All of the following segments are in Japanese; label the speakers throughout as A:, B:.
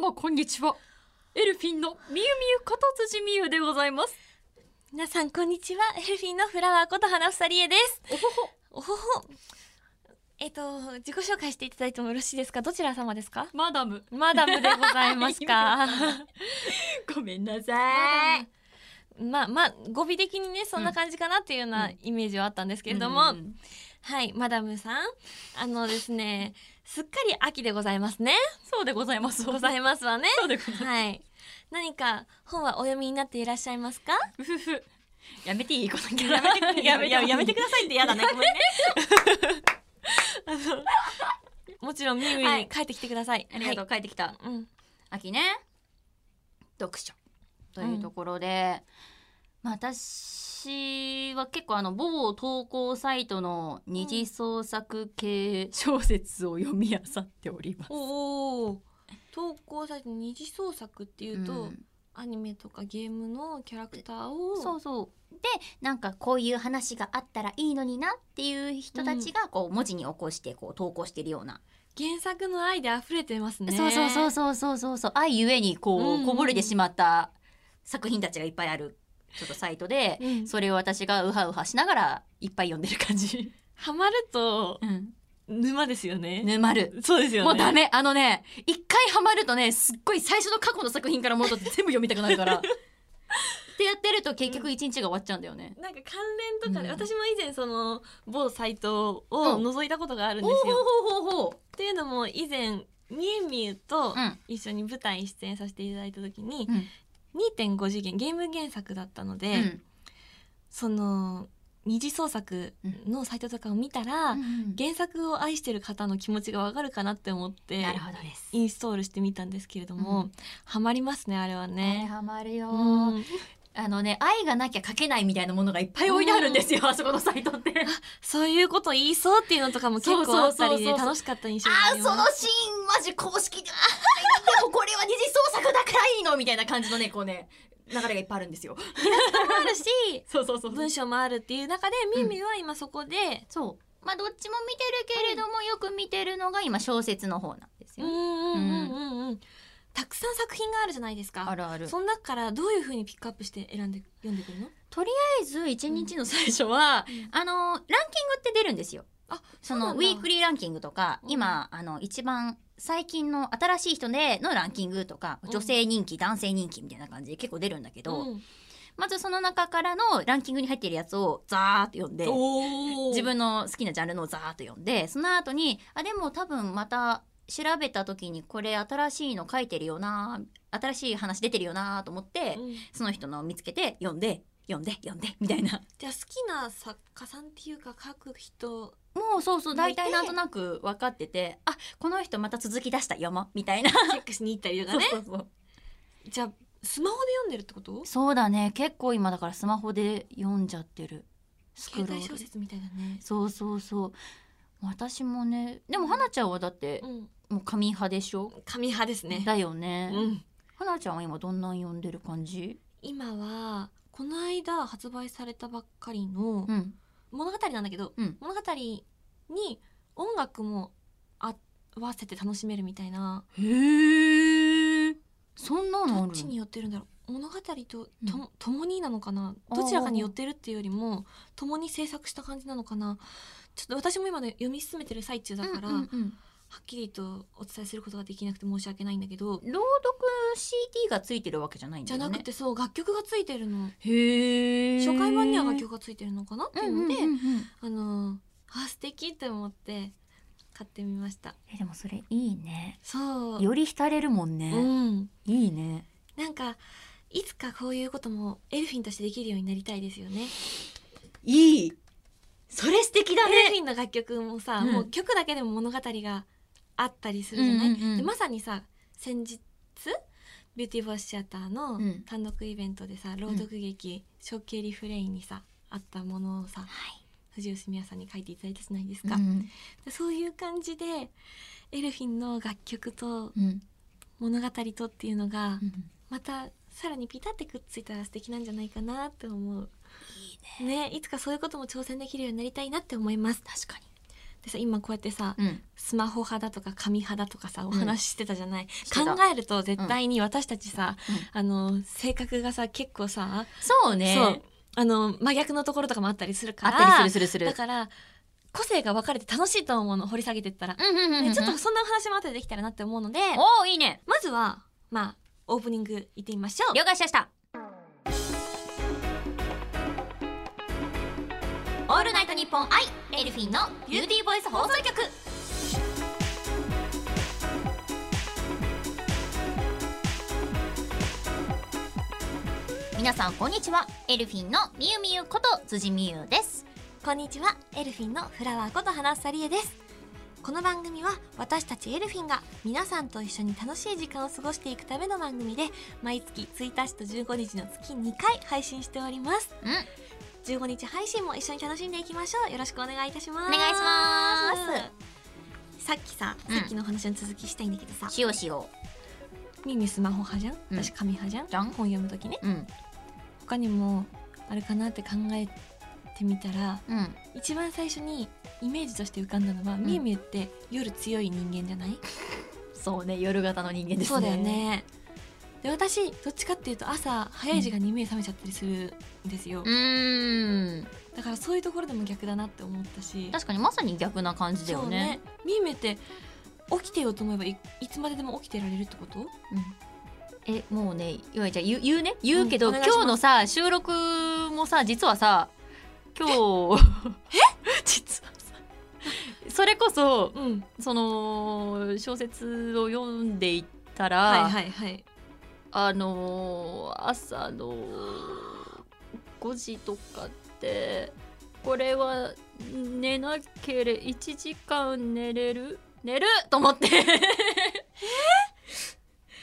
A: もこんにちはエルフィンのみゆみゆこと辻みゆでございます
B: 皆さんこんにちはエルフィンのフラワーこと花ふさりえです
A: おほほ
B: おほほえっと自己紹介していただいてもよろしいですかどちら様ですか
A: マダム
B: マダムでござ いますか
A: ごめんなさい
B: まあまあ語尾的にねそんな感じかなっていうような
A: うん
B: イメージはあったんですけれども、
A: うん
B: はいマダムさんあのですねすっかり秋でございますね
A: そうでございます
B: ございますわね
A: そうでございます
B: はい何か本はお読みになっていらっしゃいますか
A: うふふやめていいこのキャラ
B: やめてやめて
A: ややめてくださいってやだねごめんね
B: もちろんみゆ
A: は
B: に
A: い
B: 帰ってきてください、
A: ありがとう、帰ってきた
B: はい、うん
A: 秋ね読書というところで、まあ、私は結構あの某投稿サイトの二次創作系小説を読み漁っております。
B: おお投稿されて二次創作っていうと、
A: うん
B: アニメとかゲームのキャラクターを
A: そうそうでなんかこういう話があったらいいのになっていう人たちがこう文字に起こしてこう投稿してるような、
B: 原作の愛で溢れてますね
A: そうそうそうそうそうそうそう愛ゆえにこ
B: うんう
A: うんこぼれてしまった作品たちがいっぱいあるちょっとサイトで、
B: うん
A: それを私がウハウハしながらいっぱい読んでる感じ。
B: ハマると
A: うん、
B: 沼ですよね
A: 沼る。
B: そうですよね
A: もうダメあのね一回ハマるとねすっごい最初の過去の作品から戻って全部読みたくなるからってやってると結局一日が終わっちゃうんだよね。
B: なんか関連とかで、
A: うん
B: 私も以前その某サイトを
A: うん
B: 覗いたことがあるんですよ、っ
A: ほうほうほう
B: ていうのも以前みえみゆと
A: うん
B: 一緒に舞台出演させていただいた時に、
A: うん
B: 2.5次元ゲーム原作だったので、
A: うん
B: その二次創作のサイトとかを見たら、
A: うん
B: 原作を愛してる方の気持ちがわかるかなって思って
A: なるほどです。
B: インストールしてみたんですけれど
A: う
B: も、
A: ん
B: ハマりますねあれはね。
A: ハマるよ
B: うん
A: あのね愛がなきゃ書けないみたいなものがいっぱい置いてあるんですよ、あそこのサイトって。
B: そういうこと言いそうっていうのとかも結構あったりで
A: そうそうそうそう
B: 楽しかった印象があ
A: あー
B: り
A: そ
B: ま
A: の
B: す。
A: シーンマジ公式であーでもこれは二次創作だからいいのみたいな感じのねこうね流れがいっぱいあるんですよ。
B: もあ るし
A: そうそうそ
B: 文章もあるっていう中でみみは今そこで、
A: そうまあどっちも見てるけれども、よく見てるのが今小説の方なんです
B: うん
A: よ、ね
B: うんうんうんうんたくさん作品があるじゃないですか。
A: るあると
B: その中からどういうふうにピックアップして選んで読んでくるの？
A: りあえず一日の最初は、
B: うん
A: あのーランキングって出るんですよ
B: あ
A: そう
B: な
A: の
B: ん
A: ウ
B: だ
A: ィークリーランキングとか、
B: うん
A: 今あの一番最近の新しい人でのランキングとか
B: うん
A: 女性人気、男性人気みたいな感じで結構出るんだけど、
B: うん
A: まずその中からのランキングに入ってるやつをザーっと読んで
B: おー
A: 自分の好きなジャンルのをザーッと読んでその後にあでも多分また調べた時にこれ新しいの書いてるよな新しい話出てるよなと思って、
B: うん
A: その人のを見つけて読んで読んで読んでみたいな
B: じゃあ好きな作家さんっていうか書く 人
A: もうそうそう
B: 大
A: 大体
B: 体な
A: なんん
B: と
A: となく分かっててあこの人また続き出した読もうみ たいな
B: チェックしに行ったりとかね
A: そうそう
B: じゃあスマホで読んでるってこと
A: そうだね結構今だからスマホで読んじゃってるスクロー
B: 携
A: ル
B: 帯小説みたいだね
A: そうそうそう私もねでも花ちゃんはだって
B: うん
A: もう紙派でしょ、
B: 紙派ですね
A: だよね、
B: うん
A: はなちゃんは今どんなん読んでる感じ？
B: 今はこの間発売されたばっかりの
A: ん。
B: 物語なんだけど、
A: うん
B: 物語に音楽も合わせて楽しめるみたいな
A: へえ。そんなの
B: ど
A: ある
B: っちに寄ってるんだろう物語とと
A: うん
B: 共になのかな
A: あー
B: どちらかに寄ってるっていうよりも共に制作した感じなのかなちょっと私も今ね読み進めてる最中だから、
A: うんう
B: は
A: んうん
B: っきりとお伝えすることができなくて申し訳ないんだけど
A: 朗読 CD がついてるわけじゃないん
B: じ
A: だ
B: ゃ
A: よね。
B: なくてそう楽曲がついてるの
A: へえ。
B: 初回版には楽曲がついてるのかなって
A: う
B: い
A: ん
B: う
A: うん
B: の
A: うん
B: で、
A: うん。
B: あのーあ素敵って思って買ってみました
A: えでもそれいいね。
B: そう
A: より浸れるもん
B: う
A: ね。
B: ん
A: いいね。
B: なんかいつかこういうこともエルフィンとしてできるようになりたいですよね
A: いい。それ素敵だ
B: エルフ。ィンの楽曲もさ、
A: うん
B: もう曲だけでも物語があったりするじゃない、
A: うんうんうん
B: でまさにさ先日ビューティーボイスシアターの
A: うん
B: 単独イベントでさ、朗読劇「ショッケリフレイン」にさあったものをさ
A: はい。
B: 藤吉美也さんに書いていただいたじゃないですか、
A: うん
B: でそういう感じでエルフィンの楽曲と
A: うん
B: 物語とっていうのが
A: うん。
B: またさらにピタってくっついたら素敵なんじゃないかなって思ういいねいつかそういうことも挑戦できるようになりたいなって思います
A: 確かに。
B: でさ今こうやってさ、
A: うん
B: スマホ派だとか紙派だとかさお話ししてたじゃない、
A: してた
B: 考えると絶対に私たちさ、あの性格がさ結構さ、
A: そうね
B: そうあの真逆のところとかもあったりするか
A: あっ
B: ら
A: たりするする
B: だ
A: する
B: から個性が分かれて楽しいと思うの掘り下げてったら、
A: うんうんうんうんう
B: ね
A: ん
B: ちょっとそんなお話も後でできたらなって思うので
A: おおいいね
B: まずはまあオープニングいってみましょう
A: 了解しましたオールナイトニッポンアイエルフィンのビューティーボイス放送局皆さんこんにちはエルフィンのみゆみゆこと辻みゆです
B: こんにちはエルフィンのフラワーこと花さりえですこの番組は私たちエルフィンが皆さんと一緒に楽しい時間を過ごしていくための番組で毎月1日と15日の月2回配信しております
A: うん
B: 15日配信も一緒に楽しんでいきましょうよろしくお願いいたします
A: お願いしま
B: さっきさ、
A: うん
B: さっきの話の続きしたいんだけどさ
A: しようしよ
B: ミミスマホ派じゃん、
A: うん
B: 私紙派じゃん
A: じゃん
B: 本読む時ね
A: ううん
B: 他にもあるかなって考えてみたら
A: うん
B: 一番最初にイメージとして浮かんだのは、みゆみゆって夜強い人間じゃない、
A: そうね夜型の人間
B: そうだよねで私どっちかっていうと朝早い時間に目覚めちゃったりするんですよ、
A: うーん
B: だからそういうところでも逆だなって思ったし
A: 確かにまさに逆な感じだよ
B: そう
A: ね
B: ねみゆみゆって起きてようと思えばいいつまででも起きてられるってこと
A: うんえもうね岩井ちゃん言う言うね言うけど、
B: うんお願いします
A: 今日のさ収録もさ実はさ今 日
B: 実は
A: それこそ
B: うん
A: その小説を読んでいったら、
B: はいはいはい
A: あのー朝の5時とかってこれは寝なけれ1時間寝れる寝ると思って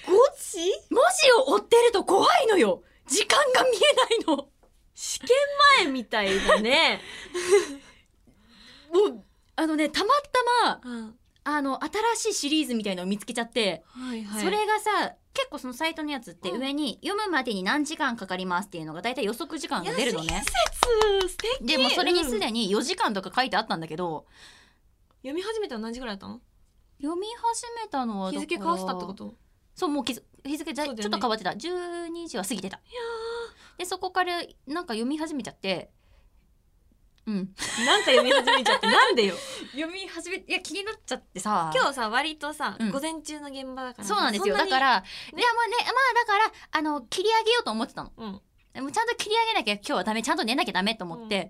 B: 5時
A: 文字を追ってると怖いのよ時間が見えないの
B: 試験前みたいだね
A: もうあのねたまたま
B: うん
A: あの新しいシリーズみたいのを見つけちゃって、
B: はいはい
A: それがさ結構そのサイトのやつって
B: うん
A: 上に読むまでに何時間かかりますっていうのが大体予測時間が出るのね
B: 説素敵
A: でもそれにすでに4時間とか書いてあったんだけど、
B: 読み始めたの何時ぐらいだったの
A: 読み始めたのはだ
B: 日
A: から
B: 付変わってたってこと
A: そうもう気づ日付だい
B: そうだ
A: ちょ
B: よね
A: っと変わってた12時は過ぎてたでそこからなんか読み始めちゃってうん
B: なんか読み始めちゃってなんでよ
A: 読み始めいや気になっちゃってさ
B: 今日さ割とさ、
A: うん
B: 午前中の現場だから、
A: そうなんですよだからら、いやまあねまあだからあの切り上げようと思ってたの
B: うん、
A: でもちゃんと切り上げなきゃ今日はダメちゃんと寝なきゃダメと思って、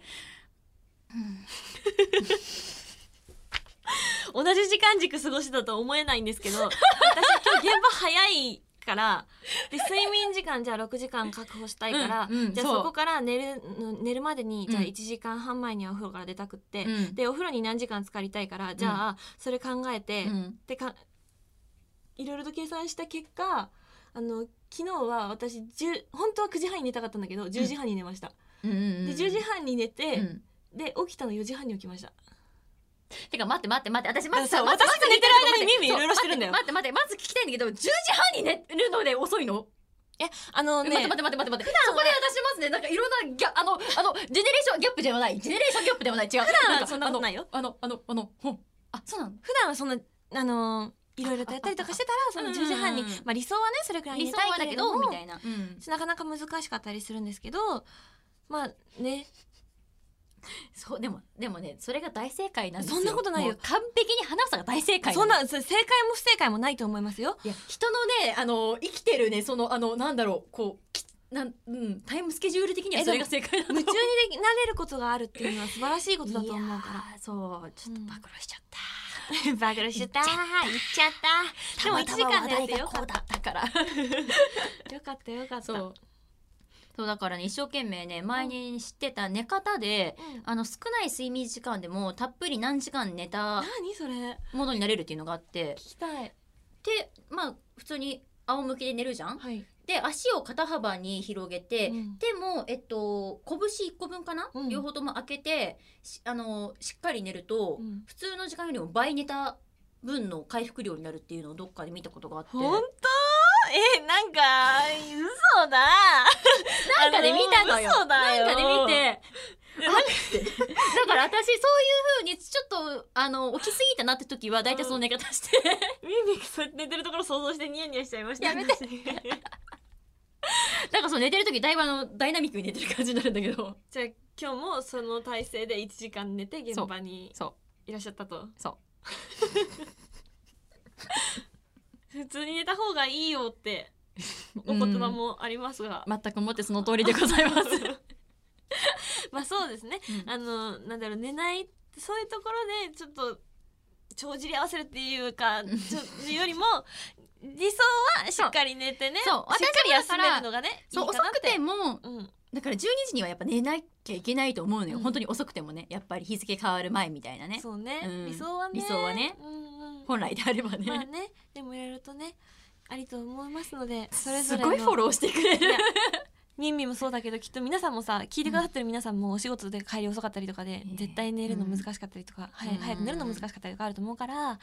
B: 同じ時間軸過ごしだとは思えないんですけど 私今日現場早いからで睡眠時間じゃあ6時間確保したいから、
A: うんうん
B: じゃあ
A: そう
B: そこから寝るの寝るまでに、じゃあ
A: うん
B: 1時間半前にはお風呂から出たくって、
A: うん
B: でお風呂に何時間浸かりたいからじゃあそれ考えて、
A: うん
B: でかいろいろと計算した結果あの昨日は私10本当は9時半に寝たかったんだけど10時半に寝ました、
A: うんうん、
B: で10時半に寝
A: う
B: て、
A: ん
B: で起きたの4時半に起きました
A: てか待って待って待って私まずさ
B: そう私が寝てる間にミミ
A: そう
B: いろいろしてるんだよ
A: 待って待って待ってまず聞きたいんだけど10時半に寝るので遅いの
B: あの
A: 待
B: ね
A: って待って待って待って待ってそこで私まずねなんかいろんなギャあのあのジェネレーションギャップではないジェネレーションギャップではない違う
B: 普段
A: か
B: はそんなことないよ
A: あのあのあのほんあそうなの
B: 普段はそんなあのいろいろとやったりとかしてたらその10時半に、
A: うんうんうん
B: まあ、理想はねそれくらい
A: 理
B: 寝
A: 想
B: たい
A: は
B: け
A: だ
B: れ
A: け
B: ど
A: ど
B: も
A: みたいな、うん、
B: なかなか難しかったりするんですけどまあね
A: そうでもでもねそれが大正解なんですよ
B: そんなことないよ
A: もう完璧に話すのが大正解
B: そん
A: の
B: なそう正解も不正解もないと思いますよ
A: いや人のねあの生きてるねそのあのなんだろうこうきなんうんタイムスケジュール的には
B: え
A: そ
B: で
A: れ
B: も
A: が正解なの
B: 夢中になれることがあるっていうのは素晴らしいことだと思うから
A: いやーそうちょっと
B: うん
A: 暴露しちゃった、
B: バグルし
A: したた
B: 行っちゃったでも1時間寝
A: で
B: てよか
A: こ
B: っ
A: うだったから
B: たよかったよかった
A: そうそうだからね一生懸命ね前に知ってた寝方で、
B: うん
A: あの少ない睡眠時間でもたっぷり何時間寝た
B: 何それ聞
A: ものになれるっていうのがあって
B: きたい
A: でまあ普通に仰向けで寝るじゃん
B: はい
A: で足を肩幅に広げて、
B: うん
A: でもえっと拳1個分かな、
B: うん
A: 両方とも開けてしあのしっかり寝ると、
B: うん
A: 普通の時間よりも倍寝た分の回復量になるっていうのをどっかで見たことがあって
B: 本当えなんか嘘だ
A: なんかで見たのよ
B: あ嘘だよ
A: なんかで見てあれってだから私そういう風にちょっとあの起きすぎたなって時は大体その寝方して、
B: ミミクそうやって寝てるところ想像してニヤニヤしちゃいました
A: やめて
B: 私
A: なんかそう寝てる時だいぶあのダイナミックに寝てる感じになるんだけど
B: じゃあ今日もその体勢で1時間寝て現場に
A: そう
B: いらっしゃったと
A: そう
B: 普通に寝た方がいいよってお言葉もあります が、
A: 全くもってその通りでござい ます
B: まあそうですね
A: うん
B: あのなんだろう寝ないそういうところでちょっと帳尻合わせるっていうかちょよりも理想 はしっかり寝てね
A: そうそう
B: しっかり
A: 私もだか
B: 休
A: ら
B: めるのがねいい
A: そう
B: かな
A: 遅
B: っ
A: くても
B: うん
A: だから12時にはやっぱ寝なきゃいけないと思うのよ、
B: うん
A: 本当に遅くてもねやっぱり日付変わる前みたいなね
B: そうね、
A: うん
B: 理想はね
A: 理想はね
B: うんうん
A: 本来であればね,、
B: まあねでもいろいろとねありと思いますのでそれぞ
A: す
B: れ
A: ごいフォ
B: ー
A: ローしてくれる
B: いやミンミンもそうだけどきっと皆さんもさ聞いてくださってる皆さんもお仕事で帰り遅かったりとかで、
A: ええ
B: 絶対寝るの難しかったりとか、早い
A: うん
B: 早く寝るの難しかったりとかあると思うから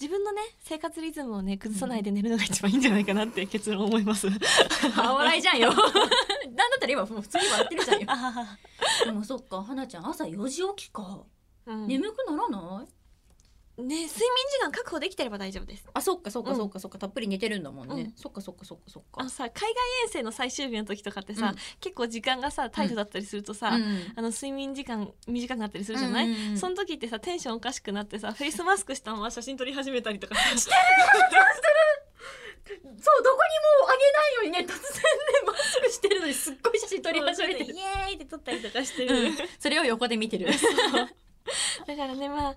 B: 自分のね生活リズムをね崩さないで寝るのが一番いいんじゃないかなって結論思 います。
A: あ笑いじゃんよ なんだったら今もう普通に笑ってるじゃんよでもそっか花ちゃん朝4時起きか、
B: うんね
A: 眠くならない
B: 睡眠時間確保できてれば大丈夫です。
A: あそっかそっ
B: う
A: か
B: ん
A: そっかそっか、たっぷり寝てるんだもんね、
B: うん
A: そっかそっかそっかそっ
B: あ
A: か
B: のさ海外遠征の最終日の時とかってさ、
A: うん
B: 結構時間がさタイトだったりするとさ、
A: うん
B: あの睡眠時間短くなったりするじゃない、
A: うんうんうん
B: その時ってさテンションおかしくな ってさフェイスマスクしたまま写真撮り始めたりとか して
A: そうどこにもあげないようにね突然ねマスクしてるのにすっごい写真撮り始めて
B: イエ
A: る、
B: ーイって撮ったりとかしてる、
A: うんそれを横で見てる
B: だからねまあ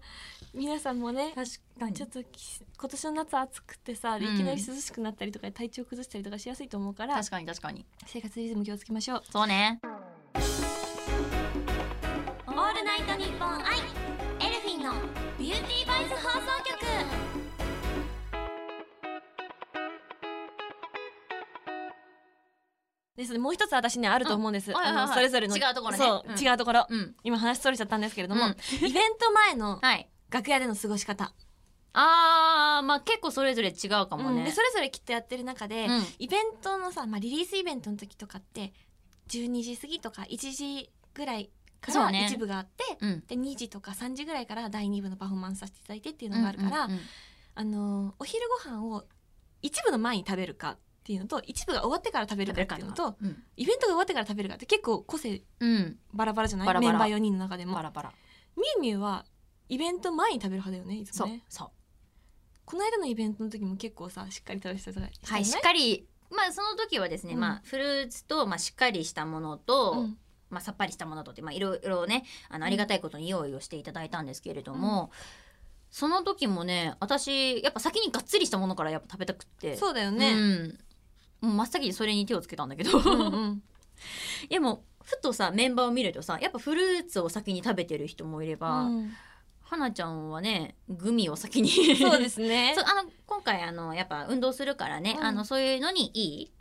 B: 皆さんもね
A: 確かに
B: ちょっとき今年の夏暑くてさ、
A: うん
B: いきなり涼しくなったりとかで体調崩したりとかしやすいと思うから
A: 確かに確かに
B: 生活リズム気をつけましょう
A: そうね
B: オールナイトニッポンアイエルフィンのビューティーバイス放送局ですねもう一つ私ねあると思うんです、
A: うんはいはいはい
B: あのそれぞれの
A: 違うところね
B: そう、
A: うん
B: 違うところ
A: うん
B: 今話それちゃったんですけれども、
A: うん
B: イベント前の
A: はい
B: 楽屋での過ごし方、
A: あーまあ結構それぞれ違うかも
B: うんで
A: ね
B: それぞれきっとやってる中で、
A: うん
B: イベントのさ、まあ、リリースイベントの時とかって12時過ぎとか1時ぐらいか
A: そう
B: ら
A: ね
B: 一部があって、
A: うん
B: で2時とか3時ぐらいから第2部のパフォーマンスさせていただいてっていうのがあるから、
A: うんうん
B: あのーお昼ご飯を一部の前に食べるかっていうのと一部が終わってから食べるかっていうのと
A: うん
B: イベントが終わってから食べるかって結構個性
A: うん
B: バラバラじゃない
A: バラバラ
B: メンバー4人の中でも
A: バラバラ
B: みゆみゆはイベント前に食べる派だよねいつ
A: そ
B: も
A: う
B: ね
A: そう
B: この間のイベントの時も結構さしっかり食べてたじゃない
A: はい、しっかり、まあ、その時はですね、
B: うん
A: まあ、フルーツと、まあ、しっかりしたものと、
B: うん
A: まあ、さっぱりしたものとって、まあ、いろいろね。あの、ありがたいことに用意をしていただいたんですけれども。その時もね、私、やっぱ先にがっつりしたものから、やっぱ食べたくって。
B: そうだよ
A: う
B: ね、
A: んもう真っ先にそれに手をつけたんだけど、
B: うんうん
A: でもふとさメンバーを見るとさやっぱフルーツを先に食べてる人もいれば、
B: うん
A: はなちゃんはねグミを先に
B: そうです ね
A: そうあの今回あのやっぱ運動するからね、
B: うん
A: あのそういうのにいい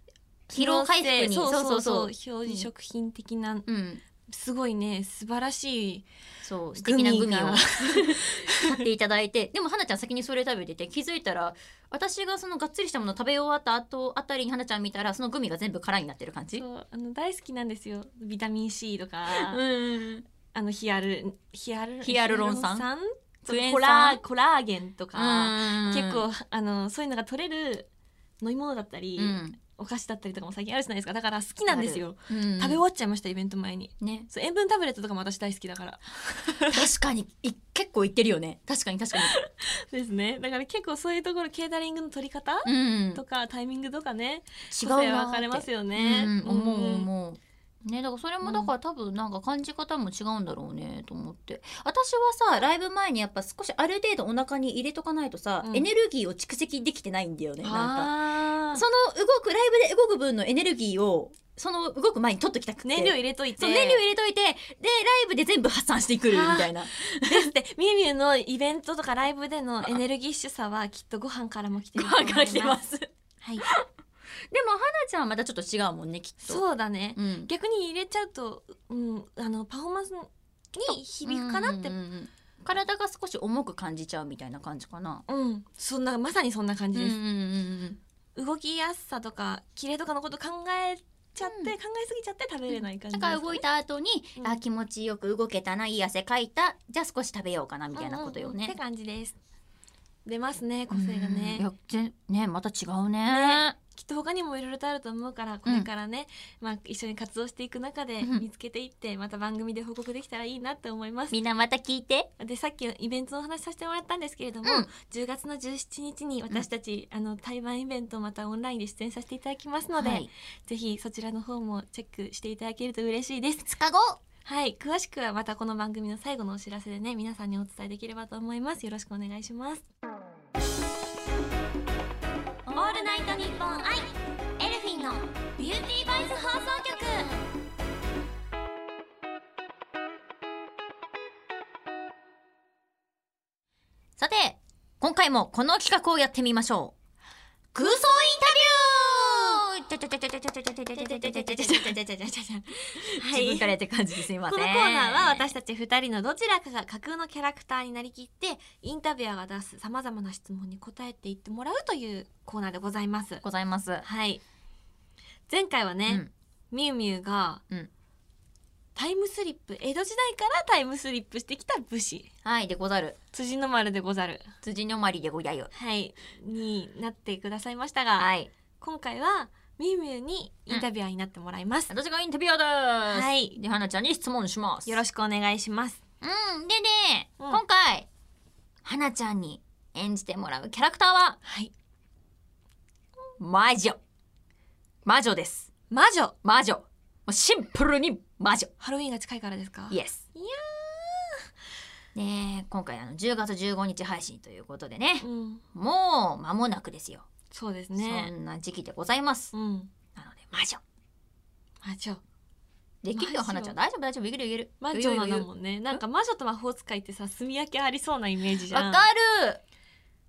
A: 疲労回復に
B: そうそうそう
A: う
B: 表示食品的な、
A: うん
B: すごいね素晴らしい
A: そう素敵なグミを
B: グミが
A: 買っていただいてでもはなちゃん先にそれ食べてて気づいたら私がそのがっつりしたもの食べ終わった後あたりにはなちゃん見たらそのグミが全部空になってる感じ
B: そうあの大好きなんですよビタミン C とか、
A: ん
B: あのヒアルヒアル
A: ヒアルロン酸
B: ヒアルロン
A: クエン酸
B: コラコラーゲンとか、
A: 結
B: 結構あのそういうのが取れる飲み物だったり、
A: うん
B: お菓子だったりとかも最近あるじゃないですかだから好きなんですよ、
A: うん
B: 食べ終わっちゃいましたイベント前に
A: ね
B: そう塩分タブレットとかも私大好きだから
A: 確かにい結構いってるよね確かに確か
B: ですねだから結構そういうところケータリングの取り方、
A: に、うん、違う
B: とかタイミングとかね個性
A: な
B: 分かれますよね、
A: ね、うん、思う
B: うん
A: 思う。ね、だからそれもだから多分なんか感じ方も違うんだろうねと思って私はさライブ前にやっぱ少しある程度お腹に入れとかないとさ、
B: うん
A: エネルギーを蓄積できてないんだよねなんか
B: あー
A: その動くライブで動く分のエネルギーをその動く前に取っときたくて
B: 燃料入れといて
A: そう燃料入れといてでライブで全部発散してくるみたいな
B: ですってみゆみゆのイベントとかライブでのエネルギッシュさはきっとご飯からも来て
A: ご
B: ると思い
A: 飯から来て ますでも
B: はい
A: 花ちゃんはまたちょっと違うもんねきっとう、
B: そうだね
A: ん、
B: 逆に入れちゃうと、うん、あのパフォーマンスに響くかなって
A: うんうんうんうん体が少し重く感じちゃうみたいな感じかな
B: うんそんなまさにそんな感じ
A: うんう
B: で
A: ん
B: す
A: う、んうん
B: 動きやすさとかキレとかのこと考えちゃって、
A: うん
B: 考えすぎちゃって食べれない感
A: だ
B: じですか
A: か
B: ね、
A: ら動いた後に、
B: うん
A: あ気持ちよく動けたないい汗かいたじゃあ少し食べようかなみたいなことよ
B: うんうんうんっ
A: ね
B: て。感じです出ますね個性がね
A: うんいやぜねまた違うね。
B: きっと他にもいろいろとあると思うからこれからね、まあ、一緒に活動していく中で
A: うん
B: 見つけていってまた番組で報告できたらいいなって思います。
A: みんなまた聞いて。
B: でさっきイベントのお話しさせてもらったんですけれども、
A: うん
B: 10月の17日に私たち、あの対バンイベントをまたオンラインで出演させていただきますので、
A: はい
B: ぜひそちらの方もチェックしていただけると嬉しいです。
A: 二日後
B: はい詳しくはまたこの番組の最後のお知らせでね皆さんにお伝えできればと思います。よろしくお願いします。
A: オールナイトニッポンアイエルフィンのビューティーバイス放送局さて今回もこの企画をやってみましょう空想インタビューちゃちゃちゃちゃちゃちゃちゃちゃちゃちゃちゃちゃちゃちゃ
B: 自
A: 自分からやってる感じですいませ
B: こ
A: ん
B: のコーナーは私たち2人のどちらかが架空のキャラクターになりきってインタビュアーが出すさまざまな質問に答えていってもらうというコーナーでございます。
A: ございます
B: はい前回は
A: う
B: ね、
A: ん
B: みゆみゆが、
A: うん
B: タイムスリップ江戸時代からタイムスリップしてきた武士
A: はいでござる
B: 辻の丸でござる、
A: 辻のまりでござる
B: はい、になってくださいましたが、
A: はい
B: 今回はみゆみゆにインタビュアーになってもらいます。
A: 私がインタビュアーです
B: はい
A: で花ちゃんに質問します
B: よろしくお願いします。
A: うん、でね、
B: うん
A: 今回、花ちゃんに演じてもらうキャラクターは、
B: はい、
A: 魔女。魔女です。
B: 魔女
A: 魔女。もうシンプルに魔女。
B: ハロウィーンが近いからですか
A: イエス。
B: いや
A: ねえ今回あの10月15日配信ということでね
B: う、ん、
A: もう間もなくですよ。
B: そうですね
A: そ。んな時期でございます。
B: うん、
A: なので、魔女。
B: 魔女。
A: できるよ、
B: 魔女
A: 花ちゃん。大丈夫、大丈夫。いけるいける。
B: 魔
A: 余裕
B: 女な
A: 余
B: の
A: 裕
B: もんね。なんか魔女と魔法使いってさ、住み分けありそうなイメージじゃん。
A: わかる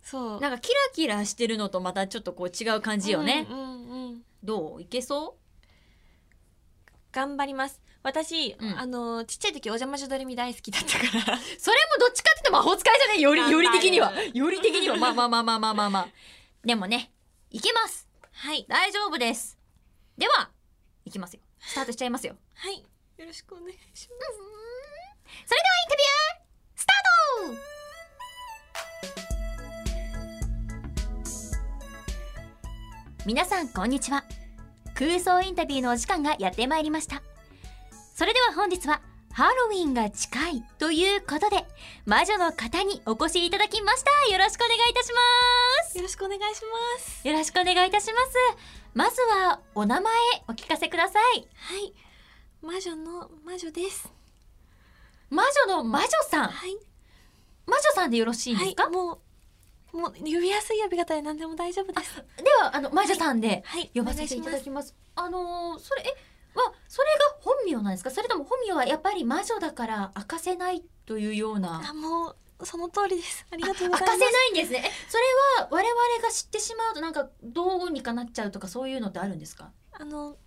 B: そう。
A: なんかキラキラしてるのとまたちょっとこう違う感じよね。
B: うんうんうん
A: どういけそ
B: 頑張ります。私、
A: うん
B: あのちっちゃい時お邪魔女ドレミ大好きだっ たから。
A: うそれもどっちかって言うと魔法使いじゃねえより、より的には
B: 頑張。
A: より的には。まあまあまあまあまあまあまあ。でもね、いけます。
B: はい
A: 大丈夫です。では、いきますよ。スタートしちゃいますよ。
B: はい。よろしくお願いし
A: それ
B: ま
A: ではインタビュー、スタート皆さん、こんにちは。空想インタビューのお時間がやってまいりました。それでは本日は、ハロウィンが近いということで、魔女の方にお越しいただきました。よろしくお願いいたします
B: す。よろしくお願いします。
A: す。よろしくお願いいたします。まずは、お名前、お聞かせください。
B: はい。魔女の魔女です。
A: 魔女の魔女さん。
B: はい。
A: 魔女さんでよろしいですか、
B: はい、もうもう呼びやすい呼び方で何でも大丈夫です。
A: ではあの魔女さんで
B: はい。
A: 呼ばせていただ
B: き
A: きます。あのーそれえはそれが本名なんですか？それとも本名はやっぱり魔女だから明かせないというような。
B: あもうその通りです。ありがとう
A: 明
B: ご
A: か
B: ざい
A: せ
B: ます。
A: ないんですね。えそれは我々が知ってしまうとなんかどうにかなっちゃうとかそういうのってあるんですか？
B: あの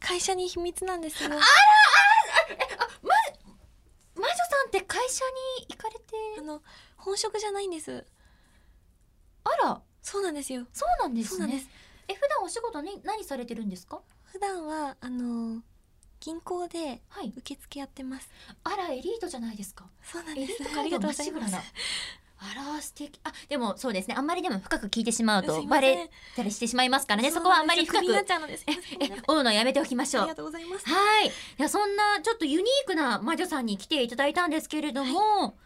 B: 会社に秘密なんですよ。
A: 魔女さんって会社に行かれて
B: あの本職じゃないんです。
A: あら
B: そうなんですよ。
A: そうなんで
B: そう
A: す
B: なん
A: ね。
B: です。
A: え普段お仕事に何されてるんですか？
B: 普段はあの銀行で
A: はい。
B: 受付やってます。
A: あらエリートじゃないですか？
B: そうなん
A: エ
B: で
A: リ
B: す
A: ー。ト
B: あ
A: カ
B: り
A: ー
B: が
A: ドま
B: とうご
A: っ
B: ざ
A: し
B: い
A: ぐ
B: ま
A: ら
B: す。
A: な。あら素敵あでもそうですねあんまりでも深く聞いてしまう
B: すい
A: と
B: ま
A: バ
B: せん
A: レたりしてしまいますからねそこはあんまり深く
B: そうなんですよクビに
A: え
B: なっちゃうの です。すい
A: え
B: ません
A: 追うのやめておきましょ
B: あ
A: う
B: り
A: は
B: がとうございます。
A: いいやそんなちょっとユニークな魔女さんに来ていただいたんですけれども、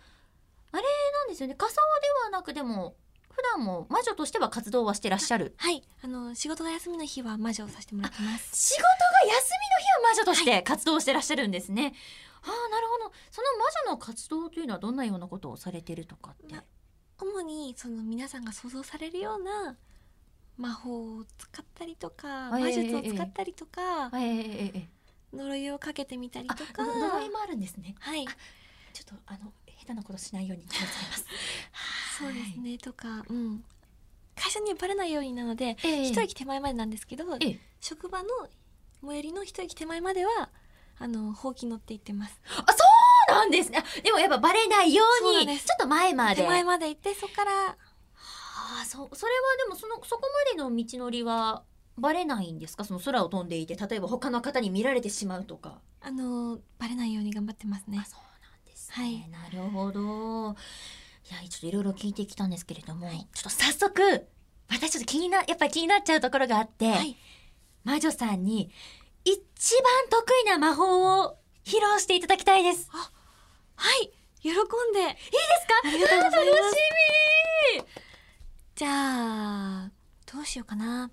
A: あれなんですよね仮装ではなくでも普段も魔女としては活動はしてらっしゃる
B: はい。あの仕事が休みの日は魔女をさせてもらってます。
A: 仕事が休みの日は魔女として活動してらっしゃるんですね、ああなるほどその魔女の活動というのはどんなようなことをされてるとかって
B: ま主にその皆さんが想像されるような魔法を使ったりとか
A: あええ
B: 魔術を
A: ええ
B: 使ったりとか
A: ええええええ
B: 呪いをかけてみたり
A: あ
B: とか。
A: 呪いもあるんですね
B: はい。
A: ちょっとあの下手なことしないように気をつけ ます。
B: そうですね、とか、うん、会社にはバレないようになので、
A: ええ。
B: 一駅手前までなんですけど、
A: ええ
B: 職場の最寄りの一駅手前まではあのほうき乗って行ってます
A: あそうなんですね。あでもやっぱバレないよ
B: そうな
A: うん
B: で
A: に
B: す
A: ちょっと前まで。
B: 手前まで行ってそこから
A: ああそそれはでもそのそこまでの道のりはバレないんですかその空を飛んでいて例えば他の方に見られてしまうとか。
B: あのーバレないように頑張ってますね
A: あそうなんですね、なるほどいやちょっといろいろ聞いてきたんですけれども、ちょっと早速私ちょっと気になやっぱり気になっちゃうところがあって、
B: はい
A: 魔女さんに一番得意な魔法を披露していただきたいです。
B: はい喜んで
A: ありがとうございます。楽し
B: じゃあどうしようかな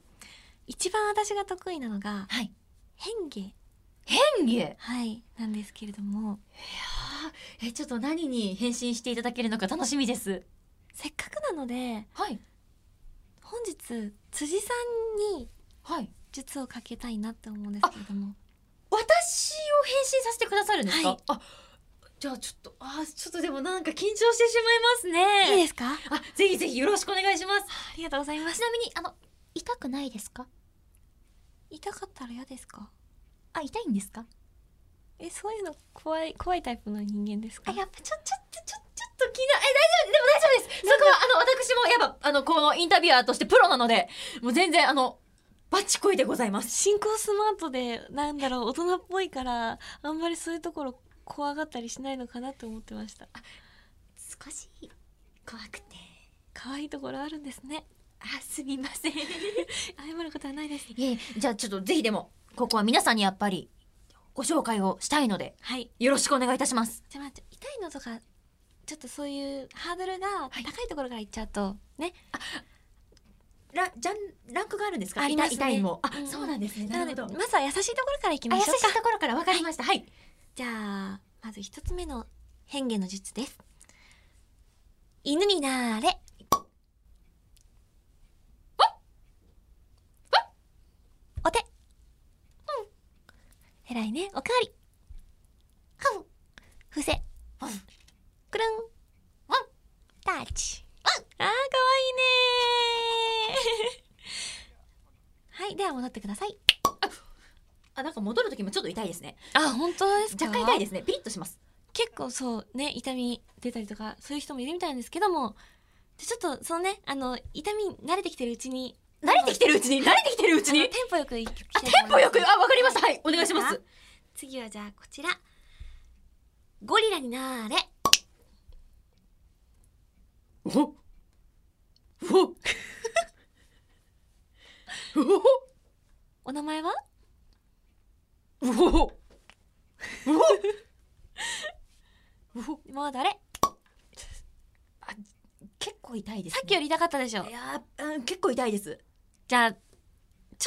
B: 一番私が得意なのが
A: み。はい。
B: 変化
A: 変化。
B: はいなんですけれども
A: えちょっと何に変身していただけるのか楽しみです。
B: せっかくなので
A: はい
B: 本日辻さんに
A: はい。
B: 術をかけたいなって思うんですけれども
A: 私を変身させてくださるんですか。
B: はい
A: あじゃあちょっとあちょっとでもなんか緊張してしまいますね。
B: いいですかあ
A: あぜひぜひよろしくお願いします。
B: りがとうございます
A: ちなみにあの痛くないですか。
B: 痛かったら嫌ですか
A: あ痛いんですか。
B: えそういうの怖い怖いタイプの人間です
A: あ
B: か
A: やっぱちょちょっとちょちょっと気になえ大丈夫でも大丈夫です。そこはあの私もやっぱあのこのインタビュアーとしてプロなのでもう全然あのバチコイでございます。
B: 進行スマートでなんだろう大人っぽいからあんまりそういうところ怖がったりしないのかなと思ってました
A: 少し怖くて
B: 可愛いところあるんですね
A: あすみません。
B: 謝ることはないです
A: いえじゃあちょっとぜひでもここは皆さんにやっぱりご紹介をしたいので
B: はい
A: よろしくお願いいたします。
B: じゃあまあちょ痛いのとかちょっとそういうハードルが高いところからいっちゃうと、ね
A: ラジャンランクがあるんですか？
B: ありますね
A: 痛い痛いもあ、
B: うんうん
A: そうなんですね。
B: な
A: な
B: の
A: る
B: で
A: ほど。
B: まずは優しいところからいき
A: あ
B: ま
A: 優し
B: しょう
A: い
B: か
A: ところからわかりました。はい。
B: じゃあまず一つ目の変化の術です犬になーれお手うん偉いねおかわりかぶ伏せくるんタッチあーかわいいねー はいでは戻ってください
A: あなんか戻る時もちょっと痛いですね。
B: あ本当です
A: 若干痛いですね。ピリッとします。
B: 結構そうね痛み出たりとかそういう人もいるみたいなんですけどもでちょっとそのねあの痛みに慣れてきてるうちに
A: 慣れてきてるうちに慣れてきてるうち
B: あの
A: に
B: テ。ンポよくいき
A: あ
B: た
A: テ
B: いと
A: ン
B: 思
A: ポ
B: い
A: よ
B: ます
A: くあわかりました。はいお願いします。
B: 次はじゃあこちらゴリラになーれ
A: おおおお
B: お名前は
A: おお
B: 戻れ
A: 結構痛いです、
B: さっきより痛かったでしょ
A: いやー、うん、結構痛いです。結
B: じゃあちょっ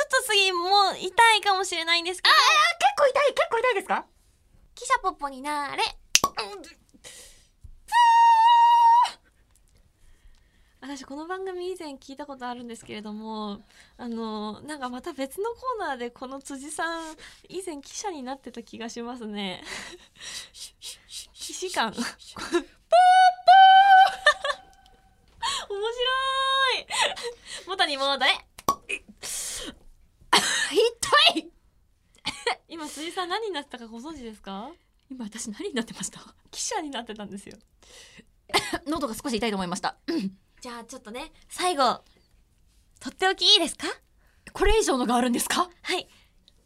B: と次もう痛いかもしれないんですけど
A: 構痛い結構痛いですか？
B: 汽車ポッポになーれ私この番組以前聞いたことあるんですけれどもあのなんかまた別のコーナーでこの辻さん以前記者になってた気がしますね既視感ポーポー面白い元に戻れ
A: 痛い。
B: 今辻さん何になってたかご存知ですか
A: 今私何になってました？
B: 記者になってたんですよ
A: 喉が少し痛いと思いました。
B: じゃあちょっとね最後とっておきいいですか
A: これ以上のがあるんですか？
B: はい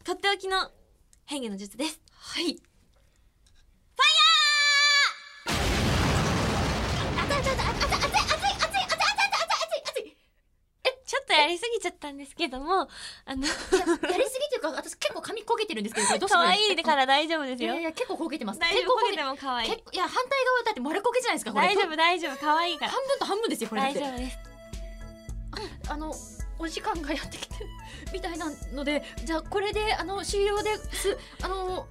B: とっておきの変化の術です
A: はい。
B: ちょっとやりすぎちゃったんですけどもあの
A: やりすぎというか私結構髪焦げてるんですけどこれどうして
B: 可
A: もいい
B: 愛いから大丈夫です
A: い
B: よ
A: やいや結構焦げてます。
B: 大丈
A: 結構
B: 夫
A: 焦げ
B: 焦げても可愛い
A: 結構いや反対側だって丸焦げじゃないですかこれ。
B: 大丈夫大丈夫可愛いから
A: 半分と半分ですよこれだっ
B: 大
A: て
B: 丈夫です
A: あのお時間がやってきてるみたいなのでじゃあこれであの終了ですあの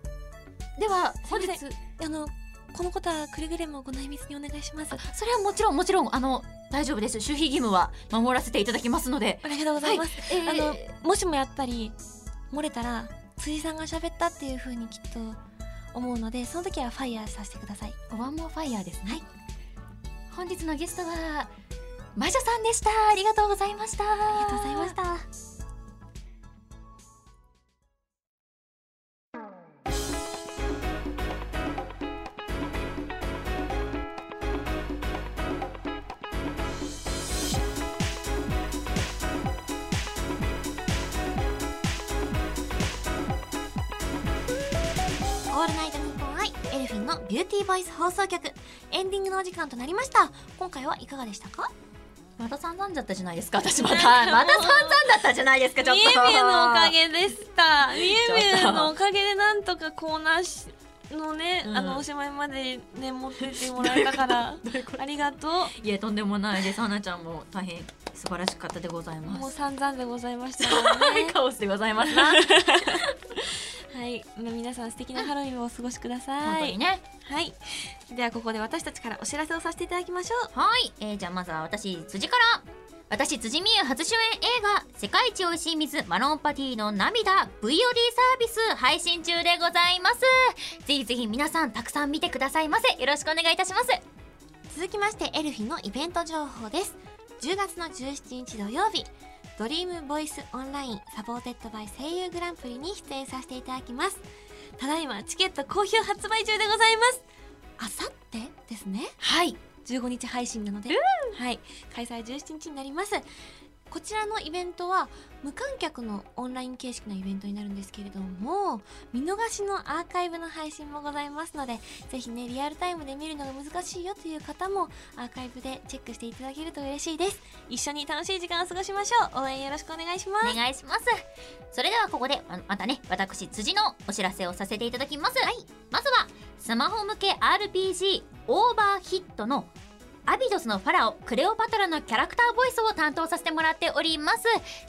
A: では本日
B: すいまあのこのことはくれぐれもご内密にお願いします
A: あそれはもちろんもちろんあの大丈夫です守秘義務は守らせていただきますので、
B: ありがとうございます、
A: えー
B: あのもしもやっぱり漏れたら辻さんが喋ったっていう風にきっと思うのでその時はファイヤーさせてください
A: ワンモアファイヤーですね、
B: はい
A: 本日のゲストは魔女さんでしたありがとうございましたあ
B: ありがとうございました
A: 「
B: オールナイトニッポンアイエルフィンのビューティーボイス放送局エンディングのお時間となりました今回はいかがでしたか
C: また散々だったじゃないですか私また また散々だったじゃないですかちょっと
D: げでした。み
C: えみえのお
D: かげでなんとかコーナーのね
C: あのお
D: しまいまでね持ってってもらえ たからありがとう。
C: いやとんでもないです花ちゃんも大変素晴らしかったでござい
D: も
C: ま
D: う
C: す。
D: 散々でございましたからね
C: カオスでございますな本
D: はい、まあ、皆さん素敵なハロウィンをお過ごしくださ
C: 当
D: い
C: に。ね
D: はい、
B: ではここで私たちからお知らせをさせていただきましょう
A: はい、えーじゃあまずは私辻から私辻美優初主演映画「世界一おいしい水マロンパティの涙」VOD サービス配信中でございますぜひぜひ皆さんたくさん見てくださいませよろしくお願いいたします
B: 続きましてエルフィンのイベント情報です10月の17日土曜日ドリームボイスオンラインサポーテッドバイ声優グランプリに出演させていただきますただいまチケット好評発売中でございますあさってですね
D: はい、
B: 15日配信なので、はい、開催17日になりますこちらのイベントは無観客のオンライン形式のイベントになるんですけれども見逃しのアーカイブの配信もございますのでぜひねリアルタイムで見るのが難しいよという方もアーカイブでチェックしていただけると嬉しいです一緒に楽しい時間を過ごしましょう応援よろしくお願いします
A: お願いしますそれではここであまたね私辻のお知らせをさせていただきます、まずはスマホ向け RPG オーバーヒットのアビドスのファラオクレオパトラのキャラクターボイスを担当させてもらっております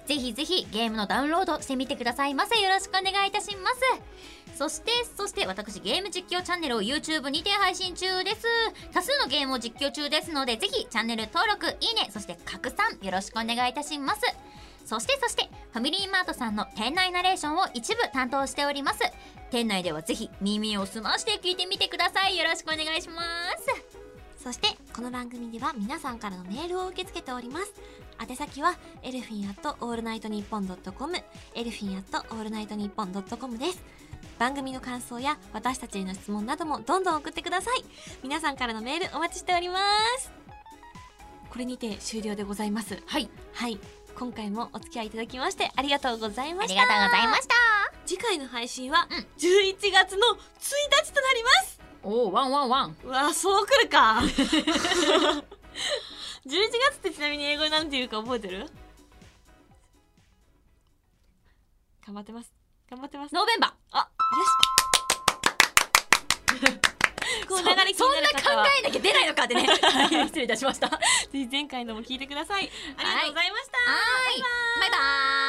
A: ぜひぜひゲームのダウンロードしてみてくださいませよろしくお願いいたしますそしてそして私ゲーム実況チャンネルを YouTube にて配信中です多数のゲームを実況中ですのでぜひチャンネル登録いいねそして拡散よろしくお願いいたしますそしてそしてファミリーマートさんの店内ナレーションを一部担当しております店内ではぜひ耳を澄まして聞いてみてくださいよろしくお願いします
B: そしてこの番組では皆さんからのメールを受け付けております宛先はエルフィンアットオールナイトニッポンドットコムエルフィンアットオールナイトニッポンドットコムです番組の感想や私たちへの質問などもどんどん送ってください皆さんからのメールお待ちしておりますこれにて終了でございます
A: はい
B: はい今回もお付き合いいただきましてありがとうござい
A: あ
B: まし
A: り
B: た
A: がとうございました
B: 次回の配信は
A: うん
B: 11月の1日となります
A: おおワンワンワン
B: うわそう来るか 11月ってちなみに英語なんていうか覚えてる頑張ってます頑張ってますよ
A: ノーベンバ
B: し こう流れ気になる方は
C: えなきゃ出ないのかってね はい失礼いたしました
B: ぜひ前回のも聞いてくださいありがとうございました、
A: ーはいバイバーイ